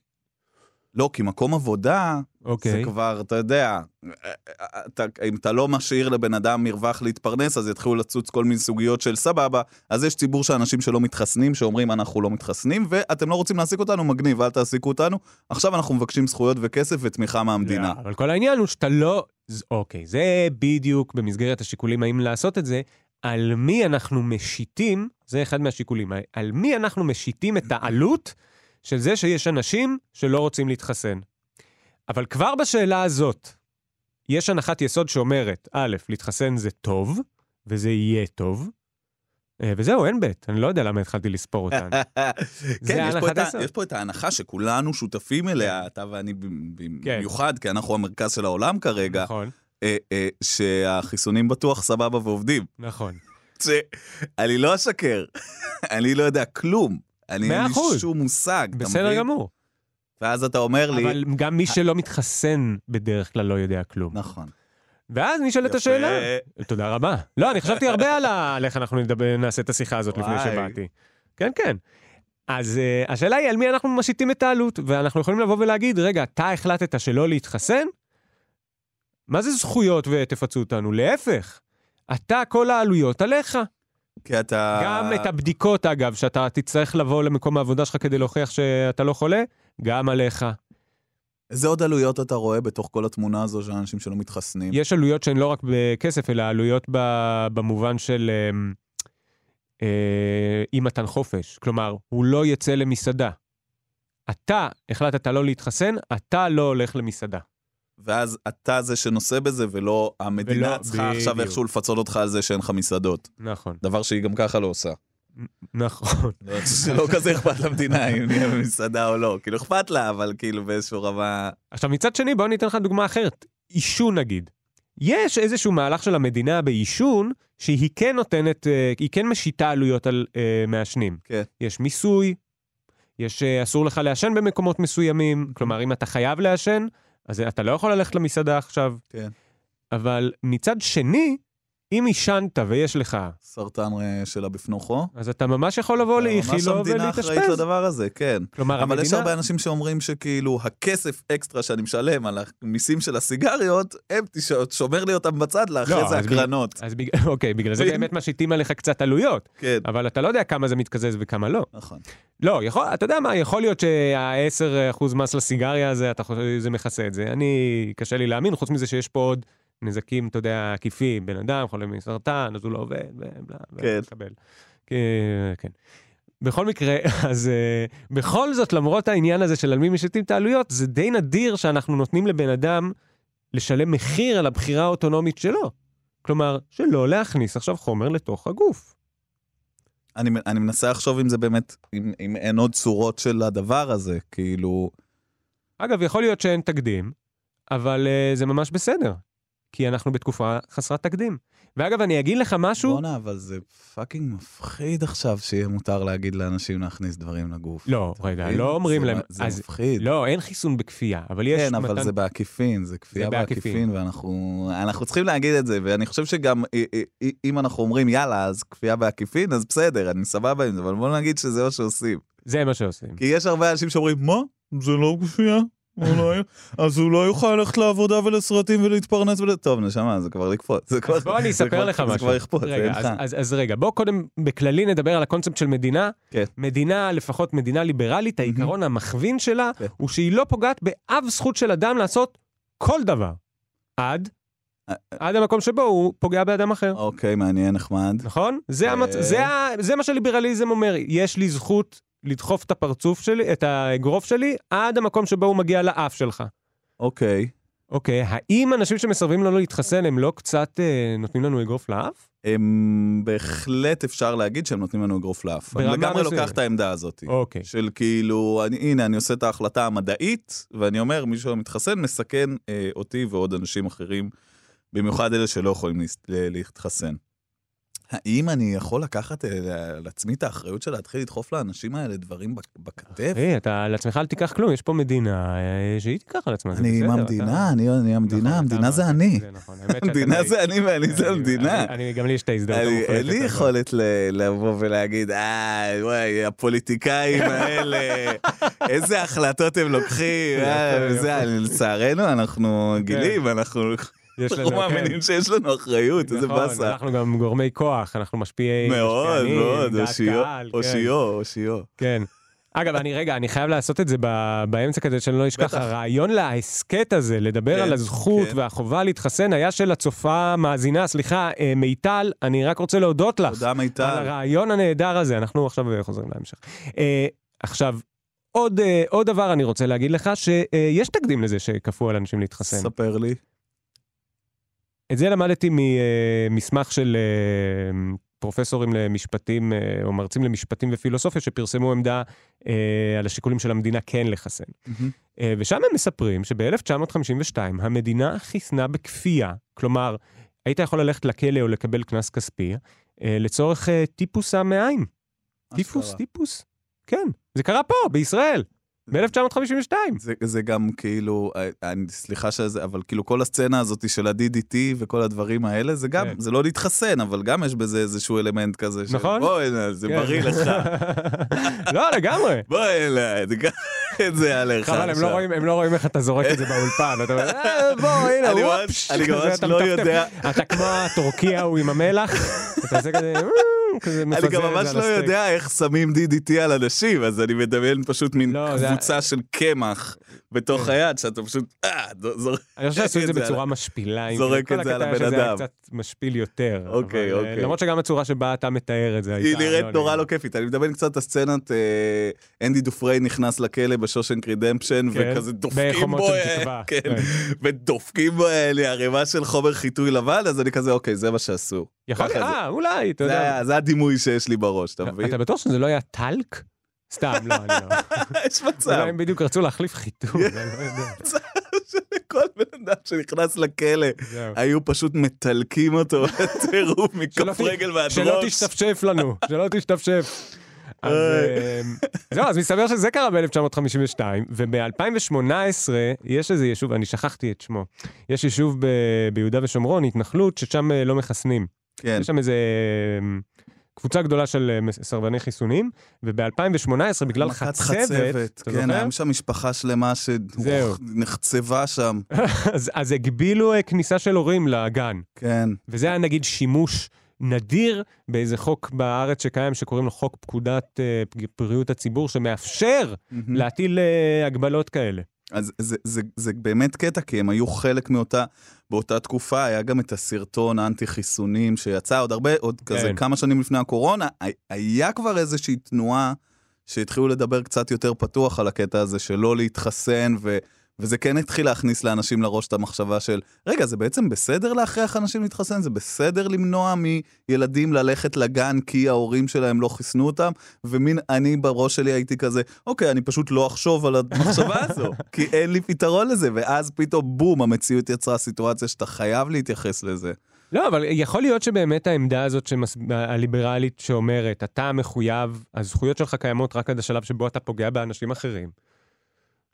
C: לא, כי מקום עבודה, זה
B: אוקיי.
C: כבר, אתה יודע, אה, אה, אתה, אם אתה לא משאיר לבן אדם מרווח להתפרנס, אז יתחילו לצוץ כל מיני סוגיות של סבבה, אז יש ציבור של אנשים שלא מתחסנים, שאומרים אנחנו לא מתחסנים, ואתם לא רוצים להעסיק אותנו, מגניב, אל תעסיקו אותנו. עכשיו אנחנו מבקשים זכויות וכסף ותמיכה מהמדינה.
B: לא, אבל כל העניין הוא שאתה לא... ז- אוקיי, זה בדיוק במסגרת השיקולים האם לעשות את זה. על מי אנחנו משיתים, זה אחד מהשיקולים, על מי אנחנו משיתים את העלות של זה שיש אנשים שלא רוצים להתחסן. אבל כבר בשאלה הזאת, יש הנחת יסוד שאומרת, א', להתחסן זה טוב, וזה יהיה טוב, אה, וזהו, אין ב', אני לא יודע למה התחלתי לספור אותן. זה כן.
C: כן, יש פה,
B: הנחת
C: את ה,
B: יסוד.
C: יש פה את ההנחה שכולנו שותפים אליה, אתה ואני במ- במיוחד, כי אנחנו המרכז של העולם כרגע,
B: כן. נכון,
C: אה, אה, שהחיסונים בטוח סבבה ועובדים.
B: נכון.
C: אני לא אשקר, אני לא יודע כלום. אני אין
B: מאה
C: לי
B: אחוז.
C: שום מושג, אתה
B: בסדר
C: מבין?
B: גמור.
C: ואז אתה אומר לי,
B: אבל גם מי שלא מתחסן בדרך כלל לא יודע כלום.
C: נכון.
B: ואז נשאלת
C: יפה.
B: השאלה. תודה רבה. לא, אני חשבתי הרבה על ה- על איך אנחנו נדבר, נעשה את השיחה הזאת לפני
C: וואי.
B: שבאתי. כן, כן. אז uh, השאלה היא על מי אנחנו משיתים את העלות, ואנחנו יכולים לבוא ולהגיד, רגע, אתה החלטת שלא להתחסן? מה זה זכויות ותפצו אותנו? להפך, אתה, כל העלויות עליך.
C: כי אתה...
B: גם את הבדיקות, אגב, שאתה תצטרך לבוא למקום העבודה שלך כדי להוכיח שאתה לא חולה, גם עליך.
C: איזה עוד עלויות אתה רואה בתוך כל התמונה הזו של אנשים שלא מתחסנים?
B: יש עלויות שהן לא רק בכסף, אלא עלויות ב- במובן של אמ, אה, אי מתן חופש. כלומר, הוא לא יצא למסעדה. אתה החלטת לא להתחסן, אתה לא הולך למסעדה.
C: ואז אתה זה שנושא בזה, ולא המדינה
B: ולא-
C: צריכה עכשיו
B: בדיוק.
C: איכשהו לפצות אותך על זה שאין לך מסעדות.
B: נכון,
C: דבר שהיא גם ככה לא עושה.
B: נכון.
C: שלא כזה אכפת למדינה אם נהיה במסעדה או לא. כאילו אכפת לה, אבל כאילו באיזשהו רמה...
B: עכשיו, מצד שני, בוא אני אתן לך דוגמה אחרת. עישון נגיד. יש איזשהו מהלך של המדינה בעישון, שהיא כן נותנת, אה, היא כן משיתה עלויות על אה, מעשנים.
C: כן.
B: יש מיסוי, יש אה, אסור לך לעשן במקומות
C: כן.
B: מסוימים, כלומר, אם אתה חייב לעשן, אז אתה לא יכול ללכת למסעדה עכשיו.
C: כן.
B: אבל מצד שני, אם עישנת ויש לך,
C: סרטן אה, של הבפנוכו.
B: אז אתה ממש יכול לבוא
C: ממש
B: לאיכילוב
C: המדינה אחראית
B: ולהתאשפז.
C: לדבר הזה, כן.
B: כלומר,
C: אבל יש
B: המדינה...
C: הרבה אנשים שאומרים שכאילו הכסף אקסטרה שאני משלם על המיסים של הסיגריות, הם תש- שומר לי אותם בצד לאחרי
B: לא,
C: זה
B: אז
C: הקרנות.
B: אז בג... אוקיי, בגלל זה
C: ואם-
B: באמת משיתים עליך קצת עלויות,
C: כן,
B: אבל אתה לא יודע כמה זה מתקזז וכמה לא.
C: נכון.
B: לא, יכול, אתה יודע מה, יכול להיות שה-10% מס לסיגריה הזה, אתה חושב, זה מכסה את זה. אני, קשה לי להאמין, חוץ מזה שיש פה עוד נזקים, אתה יודע, עקיפים, בן אדם חולה מסרטן, אז הוא לא עובד, ובלה,
C: כן.
B: ומקבל. כן. כן. בכל מקרה, אז אה, בכל זאת, למרות העניין הזה של על מי משיתים את העלויות, זה די נדיר שאנחנו נותנים לבן אדם לשלם מחיר על הבחירה האוטונומית שלו. כלומר, שלא להכניס עכשיו חומר לתוך הגוף.
C: אני, אני מנסה לחשוב אם זה באמת, אם, אם אין עוד צורות של הדבר הזה, כאילו,
B: אגב, יכול להיות שאין תקדים, אבל uh, זה ממש בסדר, כי אנחנו בתקופה חסרת תקדים. ואגב, אני אגיד לך משהו...
C: בואנה, אבל זה פאקינג מפחיד עכשיו שיהיה מותר להגיד לאנשים להכניס דברים לגוף.
B: לא, רגע, לא אומרים
C: זה,
B: להם...
C: זה
B: אז,
C: מפחיד.
B: לא, אין חיסון בכפייה, אבל יש
C: כן,
B: מתן...
C: אבל זה בעקיפין, זה כפייה
B: זה בעקיפין.
C: בעקיפין, ואנחנו אנחנו צריכים להגיד את זה, ואני חושב שגם אה, אה, אה, אם אנחנו אומרים יאללה, אז כפייה בעקיפין, אז בסדר, אני סבבה עם זה, אבל בוא נגיד שזה מה שעושים.
B: זה מה שעושים.
C: כי יש הרבה אנשים שאומרים, מה? זה לא כפייה? הוא לא י- אז הוא לא יוכל ללכת לעבודה ולסרטים ולהתפרנס ול... טוב, נשמה, זה כבר לקפוץ. זה כבר...
B: אז בוא אני
C: זה
B: אספר
C: כבר-
B: לך
C: זה
B: משהו.
C: כבר יכפוץ, זה
B: רגע,
C: אינך.
B: אז, אז, אז רגע, בוא קודם בכללי נדבר על הקונספט של מדינה.
C: כן.
B: מדינה, לפחות מדינה ליברלית, העיקרון המכווין שלה
C: כן.
B: הוא שהיא לא פוגעת באף זכות של אדם לעשות כל דבר. עד,
C: אה,
B: עד המקום שבו הוא פוגע באדם אחר.
C: אוקיי, מעניין, נחמד.
B: נכון? זה,
C: אה.
B: המצ... זה, ה... זה מה שליברליזם אומר, יש לי זכות לדחוף את הפרצוף שלי, את האגרוף שלי, עד המקום שבו הוא מגיע לאף שלך.
C: אוקיי.
B: אוקיי, האם אנשים שמסרבים לנו להתחסן, הם לא קצת אה, נותנים לנו אגרוף לאף?
C: הם בהחלט אפשר להגיד שהם נותנים לנו אגרוף לאף. אני
B: ברמה
C: לגמרי
B: מסוימת.
C: לוקח את העמדה הזאת.
B: אוקיי.
C: של כאילו, אני, הנה, אני עושה את ההחלטה המדעית, ואני אומר, מי שלא מתחסן מסכן אה, אותי ועוד אנשים אחרים, במיוחד אלה שלא יכולים להס- ל- להתחסן. האם אני יכול לקחת אה, ל- על עצמי את האחריות של להתחיל לדחוף לאנשים האלה דברים בק- בכתף?
B: היי, אתה על עצמך אל תיקח כלום, יש פה מדינה אה, שהיא תיקח על עצמה. זה
C: אני
B: בסדר,
C: עם
B: אתה-
C: המדינה, אני אני
B: נכון,
C: המדינה,
B: אתה
C: המדינה
B: אמרת
C: זה
B: את
C: אני.
B: נכון, האמת שאתה
C: המדינה
B: צודק.
C: זה אני ואני זה
B: אני-
C: המדינה.
B: אני- אני, גם לי יש את ההזדמנות.
C: אני-
B: המוחלטת
C: אין לי
B: הזאת.
C: יכולת ל- לבוא ולהגיד, אה, וואי, הפוליטיקאים האלה, איזה החלטות הם לוקחים, אה,
B: יפה, כן.
C: וזה, לצערנו, אנחנו גילים, אנחנו
B: יש
C: אנחנו
B: לנו, כן.
C: מאמינים שיש לנו אחריות, איזה
B: נכון,
C: באסה.
B: אנחנו גם גורמי כוח, אנחנו משפיעי...
C: מאוד,
B: משפיענים,
C: מאוד,
B: דעת
C: אושיו,
B: קהל, כן,
C: אושיו, אושיו.
B: כן. אגב, אני רגע, אני חייב לעשות את זה ב- באמצע כדי שאני לא אשכח.
C: בטח.
B: הרעיון להסכת הזה, לדבר
C: כן,
B: על הזכות
C: כן.
B: והחובה להתחסן, היה של הצופה, מאזינה, סליחה, אה, מיטל, אני רק רוצה להודות לך.
C: תודה
B: על
C: מיטל.
B: הרעיון הנהדר הזה, אנחנו עכשיו אה, חוזרים להמשך. אה, עכשיו, עוד, אה, עוד דבר אני רוצה להגיד לך, שיש תקדים לזה שכפו על אנשים להתחסן.
C: ספר לי.
B: את זה למדתי ממסמך של אה, פרופסורים למשפטים, אה, או מרצים למשפטים ופילוסופיה, שפרסמו עמדה אה, על השיקולים של המדינה כן לחסן. אה, ושם הם מספרים שב-1952 המדינה חיסנה בכפייה, כלומר, היית יכול ללכת לכלא או לקבל קנס כספי, אה, לצורך אה, טיפוס המעיים. טיפוס,
C: אשכרה.
B: טיפוס. כן, זה קרה פה, בישראל, ב-1952.
C: זה, זה גם כאילו, אה, אני, סליחה שזה, אבל כאילו כל הסצנה הזאת של ה-DDT וכל הדברים האלה, זה גם,
B: כן.
C: זה לא להתחסן, אבל גם יש בזה איזשהו אלמנט כזה, של,
B: נכון.
C: בוא הנה, זה
B: כן.
C: בריא לך,
B: לא, לגמרי.
C: בוא הנה, זה גם את זה עליך
B: חבל, הם לא
C: עכשיו.
B: רואים- הם לא רואים איך אתה זורק את זה באולפן. אתה אומר, "אה, בוא, הנה,
C: אני
B: וופש.
C: ממש- אני
B: כזה
C: ממש
B: אתה
C: לא
B: מטפטף.
C: יודע.
B: אתה כמו הטורקי ההוא עם המלח, אתה עושה כזה, "אה", כזה מפזר
C: אני
B: את זה
C: גם
B: על
C: ממש לא
B: הסטייק.
C: יודע איך שמים DDT על אנשים, אז אני מדמיין פשוט מין
B: לא, זה-
C: קבוצה של קמח בתוך
B: כן.
C: היד, שאתה פשוט, אה, זו- זו-
B: אני חושב שעשו את זה
C: זה על-
B: בצורה משפילה. אם
C: זורק
B: כי כל
C: את זה על
B: הקטע
C: הבן
B: היה שזה היה
C: אדם.
B: קצת משפיל יותר.
C: אוקיי,
B: אבל, אה,
C: אוקיי.
B: למרות שגם הצורה שבה אתה מתאר את זה הייתה...
C: היא נראית
B: לא
C: נורא
B: נעימה.
C: לא כיפית. אני מדמיין קצת את הסצנת אה, אנדי דופריי נכנס לכלא בשושנק רידמפשן,
B: כן.
C: וכזה דופקים
B: בחומות
C: בו,
B: של
C: אה,
B: תקווה,
C: כן,
B: כן.
C: ודופקים בו אה, לי ערימה של חומר חיטוי לבן, אז אני כזה, אוקיי, זה מה שעשו.
B: יכול להיות,
C: ככה זה.
B: אה, אולי, אתה
C: זה
B: יודע.
C: היה- זה הדימוי שיש לי בראש, אתה מבין?
B: אתה בטוח שזה לא היה טלק? סתם, לא, אני לא.
C: יש מצב.
B: אולי הם בדיוק רצו להחליף חיתום, אני לא יודע.
C: כל בן אדם שנכנס לכלא,
B: זהו.
C: היו פשוט מטלקים אותו בטירוף
B: שלא
C: מכף
B: ת-
C: רגל ועד
B: שלא
C: ראש.
B: תשתפשף לנו, שלא תשתפשף. אז אה, זהו, אז מסתבר שזה קרה ב-1952, וב-2018 יש איזה יישוב, אני שכחתי את שמו, יש יישוב ב- ביהודה ושומרון, התנחלות, ששם אה, לא מחסנים.
C: כן,
B: יש שם איזה אה, קבוצה גדולה של אה, מס- סרבני חיסונים, וב-2018 בגלל
C: מכת
B: חצבת, אתה
C: כן,
B: זוכר?
C: היה שם משפחה שלמה
B: זהו.
C: שנחצבה שם,
B: אז- אז הגבילו אה, כניסה של הורים לגן.
C: כן.
B: וזה היה נגיד שימוש נדיר באיזה חוק בארץ שקיים, שקוראים לו חוק פקודת אה, פג- בריאות הציבור, שמאפשר
C: מהמם.
B: להטיל אה, הגבלות כאלה.
C: אז זה, זה, זה באמת קטע, כי הם היו חלק מאותה, באותה תקופה, היה גם את הסרטון האנטי-חיסונים שיצא עוד הרבה, עוד כן. כזה
B: כן.
C: כמה שנים לפני הקורונה, ה- היה כבר איזושהי תנועה שהתחילו לדבר קצת יותר פתוח על הקטע הזה של לא להתחסן, ו, וזה כן התחיל להכניס לאנשים לראש את המחשבה של, רגע, זה בעצם בסדר להכריח אנשים להתחסן? זה בסדר למנוע מילדים ללכת לגן כי ההורים שלהם לא חיסנו אותם? ומין אני בראש שלי הייתי כזה, אוקיי, אני פשוט לא אחשוב על המחשבה הזו, כי אין לי פתרון לזה, ואז פתאום בום, המציאות יצרה סיטואציה שאתה חייב להתייחס לזה.
B: לא, אבל יכול להיות שבאמת העמדה הזאת שמס... הליברלית שאומרת, אתה מחויב, הזכויות שלך קיימות רק עד השלב שבו אתה פוגע באנשים אחרים.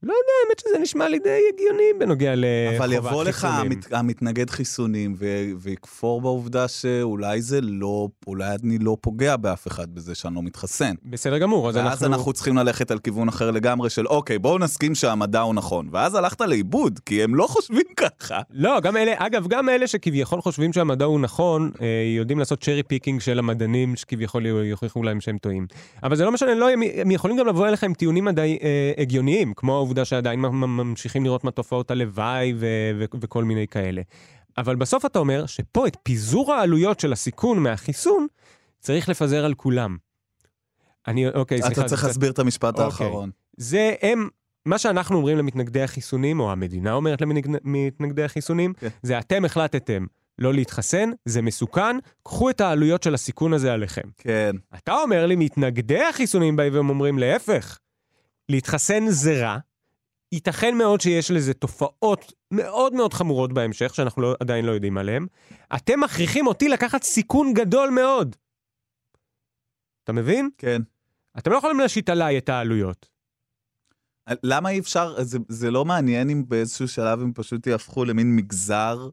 B: לא יודע, האמת שזה נשמע לי די הגיוני בנוגע לחובת
C: אבל
B: אה, חיסונים.
C: יבוא לך המת, המתנגד חיסונים ו- ויכפור בעובדה שאולי זה לא, אולי אני לא פוגע באף אחד בזה שאני לא מתחסן.
B: בסדר גמור, אז
C: ואז
B: אנחנו...
C: אנחנו... אנחנו צריכים ללכת על כיוון אחר לגמרי של אוקיי, בואו נסכים שהמדע הוא נכון. ואז הלכת לאיבוד, כי הם לא חושבים ככה.
B: לא, גם אלה, אגב, גם אלה שכביכול חושבים שהמדע הוא נכון, אה, יודעים לעשות צ'רי פיקינג של המדענים שכביכול יוכיחו להם שהם טועים. אבל זה לא משנה, לא, הם, הם יכולים גם לבוא אליך עם טיעונים מדעי אה, הגיוניים, כמו העובדה שעדיין מ- מ- ממשיכים לראות מה תופעות הלוואי ו, ו, וכל מיני כאלה. אבל בסוף אתה אומר שפה את פיזור העלויות של הסיכון מהחיסון, צריך לפזר על כולם. אני, אוקיי, סליחה.
C: אתה
B: זה
C: צריך
B: קצת-
C: להסביר את המשפט
B: אוקיי.
C: האחרון.
B: זה הם מה שאנחנו אומרים למתנגדי החיסונים, או המדינה אומרת למתנגדי החיסונים,
C: כן.
B: זה אתם החלטתם לא להתחסן, זה מסוכן, קחו את העלויות של הסיכון הזה עליכם.
C: כן.
B: אתה אומר לי, מתנגדי החיסונים באים והם אומרים להפך. להתחסן זה רע, ייתכן מאוד שיש לזה תופעות מאוד מאוד חמורות בהמשך, שאנחנו לא, עדיין לא יודעים עליהן. אתם מכריחים אותי לקחת סיכון גדול מאוד. אתה מבין?
C: כן.
B: אתם לא יכולים להשית עליי את העלויות.
C: למה אי אפשר, זה, זה לא מעניין אם באיזשהו שלב הם פשוט יהפכו למין מגזר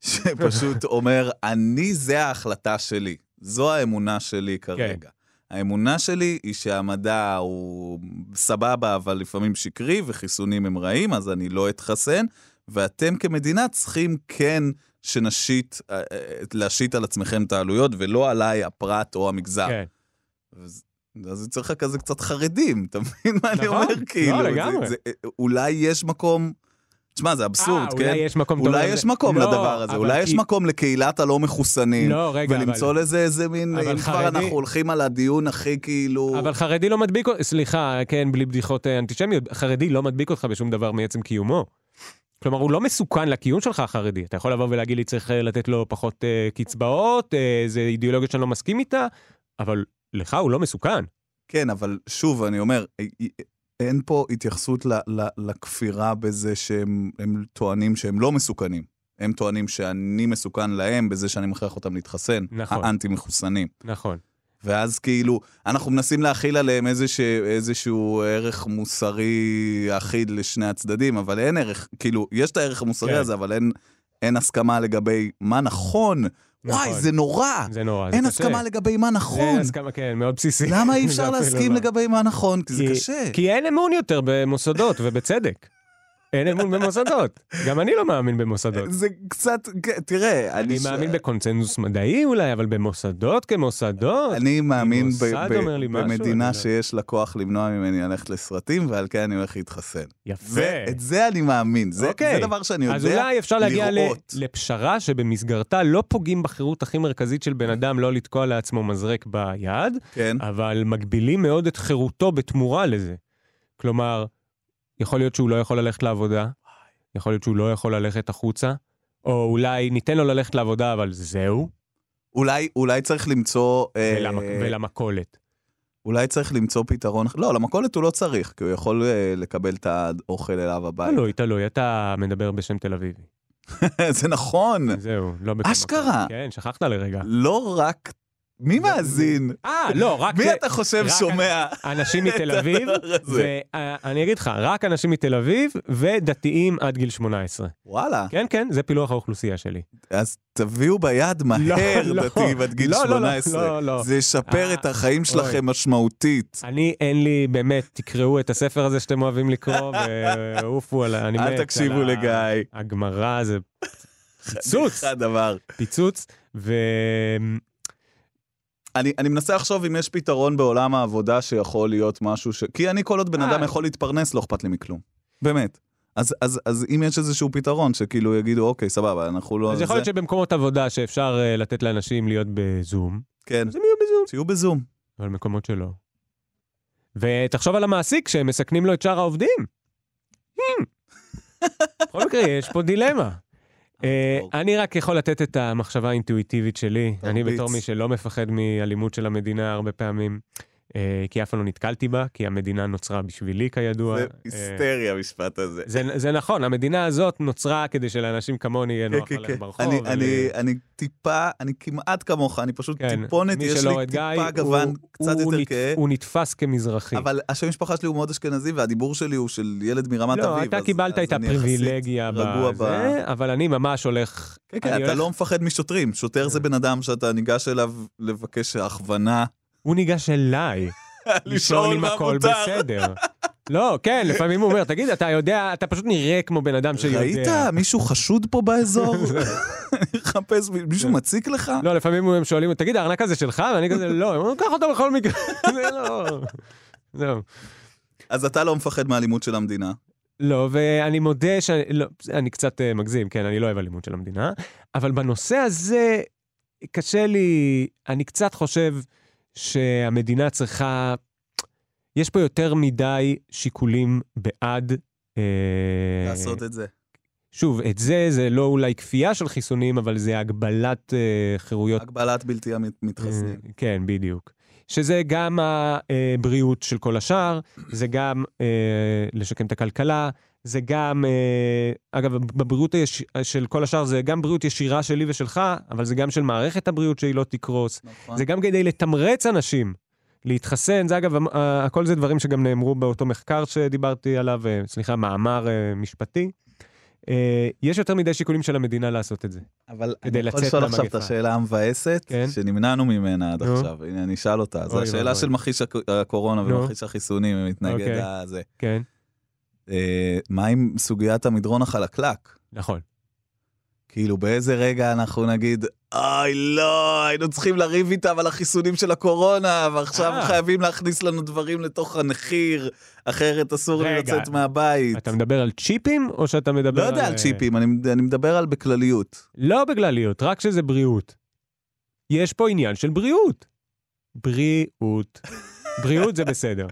C: שפשוט אומר, אני, זה ההחלטה שלי, זו האמונה שלי כרגע. האמונה שלי היא שהמדע הוא סבבה, אבל לפעמים שקרי, וחיסונים הם רעים, אז אני לא אתחסן, ואתם כמדינה צריכים כן שנשית, אה, אה, להשית על עצמכם את העלויות, ולא עליי הפרט או המגזר.
B: כן.
C: אז אז צריך לך כזה קצת חרדים, אתה מבין מה אני
B: נכון,
C: אומר?
B: לא,
C: כאילו, זה-
B: לגמרי.
C: זה- אולי יש מקום... תשמע, זה אבסורד,
B: אה,
C: כן?
B: אולי יש מקום...
C: אולי
B: טוב
C: יש
B: לזה.
C: מקום
B: לא,
C: לדבר הזה,
B: אבל
C: אולי יש
B: כי-
C: מקום לקהילת הלא מחוסנים,
B: לא, רגע, אבל-
C: ולמצוא לזה איזה מין,
B: אבל
C: אם כבר
B: חרדי-
C: אנחנו הולכים על הדיון הכי כאילו...
B: אבל חרדי לא מדביק אותך, סליחה, כן, בלי בדיחות אה, אנטישמיות, חרדי לא מדביק אותך בשום דבר מעצם קיומו. כלומר, הוא לא מסוכן לקיום שלך, החרדי. אתה יכול לבוא ולהגיד לי, צריך אה, לתת לו פחות אה, קצבאות, אה, זו אידיאולוגיה שאני לא מסכים איתה, אבל לך הוא לא מסוכן.
C: כן, אבל שוב, אני אומר, אי- אי- אין פה התייחסות ל- ל- לכפירה בזה שהם הם טוענים שהם לא מסוכנים. הם טוענים שאני מסוכן להם בזה שאני מכריח אותם להתחסן.
B: נכון.
C: האנטי-מחוסנים.
B: נכון.
C: ואז כאילו, אנחנו מנסים להכיל עליהם איזשה, איזשהו ערך מוסרי אחיד לשני הצדדים, אבל אין ערך, כאילו, יש את הערך המוסרי
B: כן.
C: הזה, אבל אין, אין הסכמה לגבי מה נכון. וואי,
B: נכון.
C: זה נורא.
B: זה נורא, זה
C: אה, אין
B: קשה.
C: הסכמה לגבי מה נכון.
B: זה הסכמה, כן, מאוד בסיסי.
C: למה אי
B: זה
C: אפשר
B: אפילו
C: להסכים
B: לא.
C: לגבי מה נכון? כי זה קשה.
B: כי אין אמון יותר במוסדות, ובצדק. אין אמון במוסדות. גם אני לא מאמין במוסדות.
C: זה קצת, כן, תראה,
B: אני
C: ש-
B: מאמין בקונצנזוס מדעי אולי, אבל במוסדות כמוסדות.
C: אני מאמין ב-
B: מוסד
C: ב-
B: אומר לי משהו,
C: במדינה
B: אני לא-
C: שיש לה כוח למנוע ממני ללכת לסרטים, ועל כן אני הולך להתחסן.
B: יפה.
C: זה- את זה אני מאמין, זה
B: אוקיי.
C: זה דבר שאני יודע
B: אז
C: לראות.
B: אולי אפשר להגיע ל- לפשרה שבמסגרתה לא פוגעים בחירות הכי מרכזית של בן אדם לא לתקוע לעצמו מזרק ביד,
C: כן,
B: אבל מגבילים מאוד את חירותו בתמורה לזה. כלומר, יכול להיות שהוא לא יכול ללכת לעבודה, יכול להיות שהוא לא יכול ללכת החוצה, או אולי ניתן לו ללכת לעבודה, אבל זהו,
C: אולי, אולי צריך למצוא... אה,
B: ולמק- ולמכולת.
C: אולי צריך למצוא פתרון... לא, למכולת הוא לא צריך, כי הוא יכול אה, לקבל את האוכל אליו הביתה.
B: תלוי, תלוי, אתה מדבר בשם תל אביבי.
C: זה נכון.
B: זהו, לא בכל מקום.
C: אשכרה.
B: כן, שכחת לרגע.
C: לא רק... מי
B: לא-
C: מאזין?
B: אה, לא, רק
C: מי אתה חושב
B: רק-
C: שומע?
B: אנשים
C: את
B: מתל אביב,
C: הדבר הזה?
B: ואני אגיד לך, רק אנשים מתל אביב ודתיים עד גיל 18.
C: וואלה.
B: כן, כן, זה פילוח האוכלוסייה שלי.
C: אז תביאו ביד מהר,
B: לא,
C: דתיים עד גיל
B: לא, לא, לא,
C: 18.
B: לא, לא.
C: זה ישפר
B: אה,
C: את החיים שלכם משמעותית.
B: אני, אין לי, באמת, תקראו את הספר הזה שאתם אוהבים לקרוא, ועופו על ה... אני מת
C: אל
B: על
C: תקשיבו
B: ה-
C: לגיא.
B: הגמרא זה פיצוץ,
C: אחד דבר.
B: פיצוץ, ו...
C: אני, אני מנסה לחשוב אם יש פתרון בעולם העבודה שיכול להיות משהו ש... כי אני כל עוד בן
B: אה.
C: אדם יכול להתפרנס, לא אכפת לי מכלום. באמת. אז, אז, אז אם יש איזשהו פתרון שכאילו יגידו, אוקיי, סבבה, אנחנו לא...
B: אז יכול להיות שבמקומות עבודה שאפשר אה, לתת לאנשים להיות בזום,
C: כן,
B: אז הם יהיו בזום.
C: שיהיו בזום.
B: אבל מקומות שלא. ותחשוב על המעסיק שהם מסכנים לו את שאר העובדים. Hmm. בכל מקרה, יש פה דילמה. אה,
C: אוקיי.
B: אני רק יכול לתת את המחשבה האינטואיטיבית שלי. אני
C: תרביץ.
B: בתור מי שלא מפחד מאלימות של המדינה הרבה פעמים, אה, כי אף פעם לא נתקלתי בה, כי המדינה נוצרה בשבילי כידוע.
C: זה
B: אה,
C: היסטרי, המשפט הזה.
B: זה, זה נכון, המדינה הזאת נוצרה כדי שלאנשים כמוני יהיה נוח ללכת ברחוב.
C: כן,
B: אה,
C: אני,
B: ול-
C: אני, אני טיפה, אני כמעט כמוך, אני פשוט
B: כן,
C: טיפונת,
B: מי
C: יש
B: שלא
C: לי
B: רואה את
C: טיפה
B: גיא,
C: גוון קצת
B: הוא
C: יותר
B: נת-
C: כהה,
B: הוא נתפס כמזרחי.
C: אבל השם משפחה שלי הוא מאוד אשכנזי, והדיבור שלי הוא של ילד מרמת אביב.
B: לא, אתה
C: אז-
B: קיבלת
C: אז
B: את
C: אני יחסית
B: הפריבילגיה
C: רגוע ב-
B: בזה, אבל אני ממש הולך...
C: כן, כן,
B: אני
C: אתה
B: הולך- אה.
C: לא מפחד משוטרים. שוטר זה בן אדם שאתה ניגש אליו לבקש הכוונה.
B: הוא ניגש אליי, לשאול אם הכל בסדר. לא, כן, לפעמים הוא אומר, תגיד, אתה יודע, אתה פשוט נראה כמו בן אדם שיודע.
C: ראית? מישהו חשוד פה באזור? אני מחפש, מישהו מציק לך?
B: לא, לפעמים הם שואלים, תגיד, הארנק הזה שלך? ואני כזה, לא, הם אומרים, קח אותו בכל מקרה. זה לא... זהו.
C: אז אתה לא מפחד מהאלימות של המדינה.
B: לא, ואני מודה שאני לא, אני קצת אה, מגזים, כן, אני לא אוהב אלימות של המדינה, אבל בנושא הזה קשה לי, אני קצת חושב שהמדינה צריכה יש פה יותר מדי שיקולים בעד... אה,
C: לעשות את זה.
B: שוב, את זה, זה לא אולי כפייה של חיסונים, אבל זה הגבלת אה, חירויות.
C: הגבלת בלתי המת- מתחסנים.
B: אה, כן, בדיוק. שזה גם הבריאות של כל השאר, זה גם אה, לשקם את הכלכלה, זה גם, אה, אגב, בבריאות היש... של כל השאר זה גם בריאות ישירה שלי ושלך, אבל זה גם של מערכת הבריאות שהיא לא תקרוס.
C: נכון.
B: זה גם כדי לתמרץ אנשים להתחסן, זה אגב, המ- ה- הכל זה דברים שגם נאמרו באותו מחקר שדיברתי עליו, אה, סליחה, מאמר אה, משפטי. אה, יש יותר מדי שיקולים של המדינה לעשות את זה.
C: אבל
B: כדי
C: אני יכול
B: לצאת
C: לשאול עכשיו את
B: מהמגפה.
C: השאלה המבאסת,
B: כן.
C: שנמנענו ממנה עד
B: נו.
C: עכשיו. הנה, אני אשאל אותה. זו
B: אוי
C: השאלה
B: ואבוי.
C: של מכחיש הק- הקורונה
B: נו.
C: ומכחיש החיסונים, אם מתנגד
B: אוקיי.
C: לזה.
B: כן,
C: אה, מה עם סוגיית המדרון החלקלק?
B: נכון.
C: כאילו, באיזה רגע אנחנו נגיד, אוי, לא, היינו צריכים לריב איתם על החיסונים של הקורונה, ועכשיו
B: אה.
C: חייבים להכניס לנו דברים לתוך המחיר, אחרת אסור לי
B: רגע.
C: לצאת מהבית.
B: אתה מדבר על צ'יפים, או שאתה מדבר
C: לא
B: על...
C: יודע על
B: אה,
C: צ'יפים, אני אני מדבר על בכלליות.
B: לא בגלליות, רק שזה בריאות. יש פה עניין של בריאות. בריאות. בריאות זה בסדר.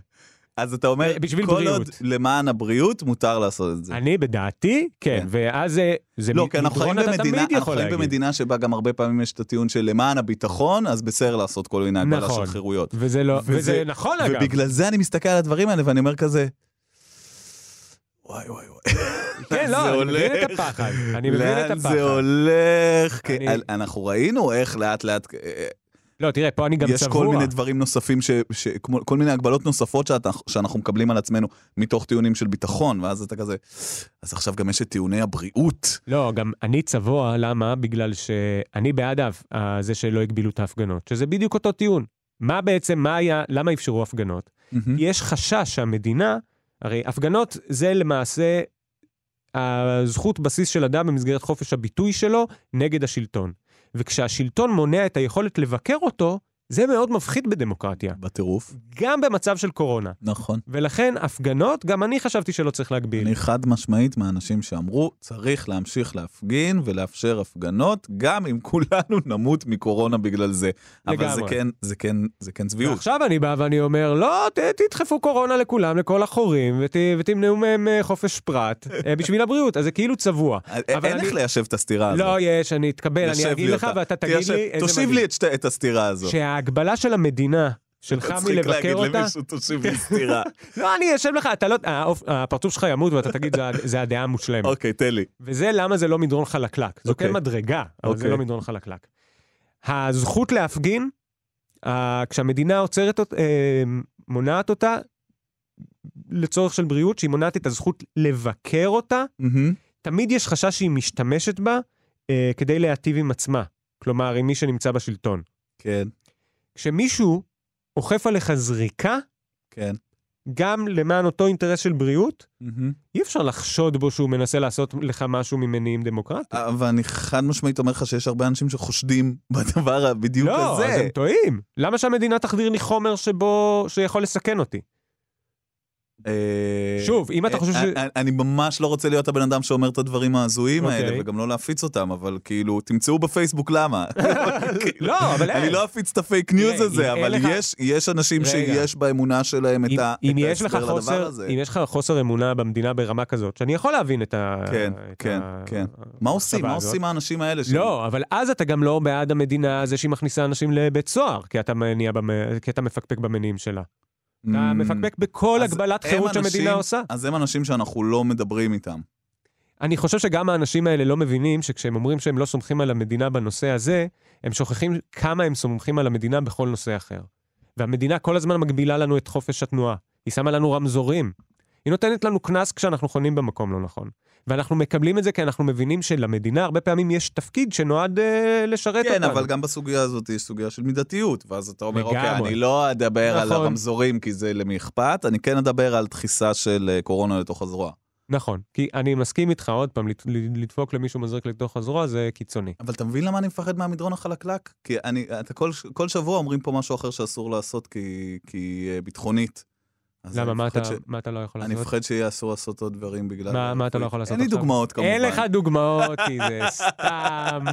C: אז אתה אומר,
B: בשביל
C: כל
B: בריאות.
C: עוד למען הבריאות מותר לעשות את זה.
B: אני, בדעתי, כן,
C: כן.
B: ואז זה... זה
C: לא,
B: מ-
C: כי אנחנו חיים
B: מדרון אתה
C: במדינה,
B: תמיד
C: אנחנו
B: יכול
C: חיים
B: להגיד.
C: במדינה שבה גם הרבה פעמים יש את הטיעון של למען הביטחון, אז בסדר לעשות כל מיני הגבלה
B: נכון.
C: של חירויות.
B: וזה לא...
C: וזה-
B: וזה נכון, אגב.
C: ובגלל זה אני מסתכל על הדברים האלה ואני אומר כזה, וואי וואי וואי.
B: כן,
C: זה
B: לא, אני מבין
C: הולך.
B: את הפחד. אני מבין את
C: לאן
B: הפחד.
C: זה הולך? כי
B: אני-
C: אנחנו ראינו איך לאט לאט, אה,
B: לא, תראה, פה אני גם
C: יש כל
B: צבוע.
C: מיני דברים נוספים, ש- ש- כמו- כל מיני הגבלות נוספות שאתה- שאנחנו מקבלים על עצמנו מתוך טיעונים של ביטחון, ואז אתה כזה, אז עכשיו גם יש את טיעוני הבריאות.
B: לא, גם אני צבוע, למה? בגלל שאני בעד ההפ- אה, זה שלא הגבילו את ההפגנות, שזה בדיוק אותו טיעון. מה בעצם, מה היה, למה אפשרו הפגנות? כי יש חשש שהמדינה, הרי הפגנות זה למעשה הזכות בסיס של אדם במסגרת חופש הביטוי שלו נגד השלטון. וכשהשלטון מונע את היכולת לבקר אותו, זה מאוד מפחיד בדמוקרטיה,
C: בטירוף.
B: גם במצב של קורונה.
C: נכון.
B: ולכן הפגנות, גם אני חשבתי שלא צריך להגביל.
C: אני חד משמעית מהאנשים שאמרו, צריך להמשיך להפגין ולאפשר הפגנות, גם אם כולנו נמות מקורונה בגלל זה. אבל זה
B: לגמרי.
C: כן, זה כן, זה כן צביעות.
B: ועכשיו אני בא ואני אומר, לא, ת, תדחפו קורונה לכולם, לכל החורים, ות, ותמנעו מהם אה, חופש פרט אה, בשביל הבריאות, אז זה כאילו צבוע.
C: א- אה, אין
B: אבל
C: איך
B: אני-
C: ליישב את הסתירה הזאת.
B: לא, יש, אני אתקבל,
C: ישב
B: אני אגיד
C: אה, לי
B: לך
C: אותה.
B: ואתה תגיד
C: תיישב-
B: לי איזה
C: תושיב לי את שתי- את הסתירה הזאת.
B: שההגבלה של המדינה שלך
C: מצחיק
B: מלבקר
C: להגיד
B: אותה,
C: למישהו, תושיב לי סתירה.
B: לא, אני אשב לך, אתה לא, האופ- הפרצוף שלך ימות ואתה תגיד, "זה ה- זה הדעה המושלמת.
C: אוקיי, תן לי.
B: וזה למה זה לא מדרון חלקלק. זו
C: אוקיי.
B: כן מדרגה, אבל זה
C: אוקיי.
B: לא מדרון חלקלק. הזכות להפגין, אה, כשהמדינה עוצרת, אות- אה, מונעת אותה, לצורך של בריאות, שהיא מונעת את הזכות לבקר אותה,
C: מהמם.
B: תמיד יש חשש שהיא משתמשת בה אה, כדי להיטיב עם עצמה. כלומר, עם מי שנמצא בשלטון.
C: כן,
B: כשמישהו אוכף עליך זריקה,
C: כן.
B: גם למען אותו אינטרס של בריאות,
C: מהמם.
B: אי אפשר לחשוד בו שהוא מנסה לעשות לך משהו ממניעים דמוקרטיים.
C: אבל אני חד משמעית אומר לך שיש הרבה אנשים שחושדים בדבר הבדיוק
B: לא,
C: הזה.
B: אז הם טועים. למה שהמדינה תחדיר לי חומר שבו, שיכול לסכן אותי?
C: אה,
B: שוב, אם אתה
C: אה,
B: חושב ש-
C: אני- אני ממש לא רוצה להיות הבן אדם שאומר את הדברים ההזויים האלה,
B: אוקיי.
C: וגם לא להפיץ אותם, אבל כאילו, תמצאו בפייסבוק למה. כאילו,
B: לא, אבל אין.
C: אני לא אפיץ את הפייק ניוז
B: תראה,
C: הזה,
B: אם אין
C: אבל
B: לך-
C: יש- יש אנשים
B: רגע.
C: שיש באמונה שלהם את
B: אם-
C: ה-
B: אם
C: את
B: יש לך
C: ההסבר לדבר
B: חוסר,
C: הזה.
B: אם יש לך חוסר אמונה במדינה ברמה כזאת, שאני יכול להבין את ה...
C: כן,
B: את
C: כן,
B: ה-
C: כן. מה עושים?
B: המחשבה
C: מה
B: אה, הזאת.
C: עושים האנשים האלה? ש-
B: לא, אבל אז אתה גם לא בעד המדינה זה שהיא מכניסה אנשים לבית סוהר, כי אתה, מניע במ... כי אתה מפקפק במניעים שלה. אתה
C: Mm.
B: מפקפק בכל
C: אז
B: הגבלת
C: הם
B: חירות שהמדינה
C: אנשים-
B: עושה.
C: אז הם אנשים שאנחנו לא מדברים איתם.
B: אני חושב שגם האנשים האלה לא מבינים שכשהם אומרים שהם לא סומכים על המדינה בנושא הזה, הם שוכחים כמה הם סומכים על המדינה בכל נושא אחר. והמדינה כל הזמן מגבילה לנו את חופש התנועה. היא שמה לנו רמזורים. היא נותנת לנו קנס כשאנחנו חונים במקום לא נכון. ואנחנו מקבלים את זה כי אנחנו מבינים שלמדינה הרבה פעמים יש תפקיד שנועד אה, לשרת
C: כן,
B: אותנו.
C: אבל גם בסוגיה הזאת יש סוגיה של מידתיות, ואז אתה אומר, אוקיי,
B: לגמרי.
C: אני לא אדבר על
B: נכון.
C: הרמזורים כי זה למי אכפת, אני כן אדבר על דחיסה של אה, קורונה לתוך הזרוע.
B: נכון, כי אני מסכים איתך עוד פעם, לת- לדפוק למישהו מזרק לתוך הזרוע זה קיצוני.
C: אבל אתה מבין למה אני מפחד מהמדרון החלקלק? כי אני, אתה כל, ש- כל שבוע אומרים פה משהו אחר שאסור לעשות כי, כי אה, ביטחונית. אז
B: למה,
C: אני
B: מה
C: מפחד
B: אתה,
C: ש-
B: מה אתה לא יכול
C: אני
B: לעשות?
C: מפחד שיהיה אסור לעשות עוד דברים בגלל...
B: מה- מה אתה לא יכול לעשות
C: אין לי
B: עכשיו?
C: דוגמאות כמובן.
B: אין לך דוגמאות, כי זה סתם,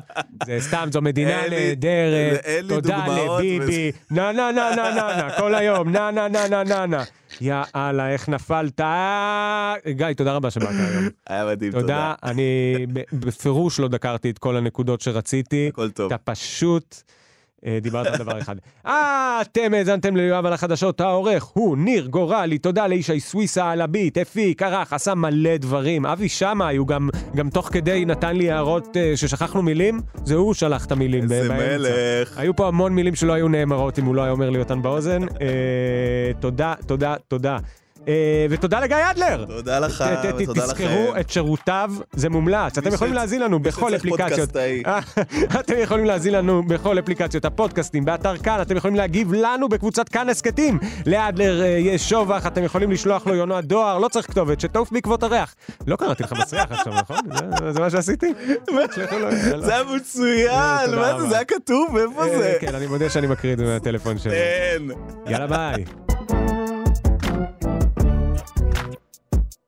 B: זה סתם, זו מדינה
C: אין לי-
B: נהדרת,
C: אין לי
B: תודה
C: דוגמאות
B: לביבי, נה נה נה נה נה נה, כל היום, נה נה נה נה נה נה. יאללה, איך נפלת. גיא, תודה רבה שבאת היום.
C: היה מדהים,
B: תודה,
C: תודה.
B: אני ב- בפירוש לא דקרתי את כל הנקודות שרציתי.
C: הכל טוב.
B: אתה פשוט אה, דיברת על דבר אחד. אה, אתם האזנתם ליואב על החדשות, העורך הוא ניר גורלי, תודה לישי סוויסה על הביט, הפיק, ערך, עשה מלא דברים. אבי שמה, היו גם, גם תוך כדי נתן לי הערות אה, ששכחנו מילים, זה הוא שלח את המילים.
C: איזה
B: ב- באמצע.
C: מלך.
B: היו פה המון מילים שלא היו נאמרות אם הוא לא היה אומר לי אותן באוזן. אה, תודה, תודה, תודה. אה, ותודה לגיא אדלר!
C: תודה לך,
B: ת- ת-
C: ותודה
B: תזכרו
C: לכם.
B: את שירותיו, זה מומלץ. אתם
C: מי
B: יכולים
C: שצ-
B: להאזין לנו
C: מי
B: בכל
C: שצריך
B: אפליקציות. אה,
C: פודקאסטאי.
B: אתם יכולים להאזין לנו בכל אפליקציות הפודקאסטים, באתר כאן, אתם יכולים להגיב לנו בקבוצת כאן הסכתים. לאדלר אה, יש שובך, אתם יכולים לשלוח לו יונת דואר, לא צריך כתובת, שתעוף בעקבות הריח. לא קראתי לך מסריח עכשיו, נכון? זה- זה מה שעשיתי? תשלחו לו,
C: זה היה מצוין,
B: אה, תודה
C: מה
B: רבה.
C: זה, זה היה כתוב, איפה
B: אה,
C: זה?
B: כן, אני מודה שאני מקריא את זה מהטלפון שלי.
C: כן.
B: יאללה ביי.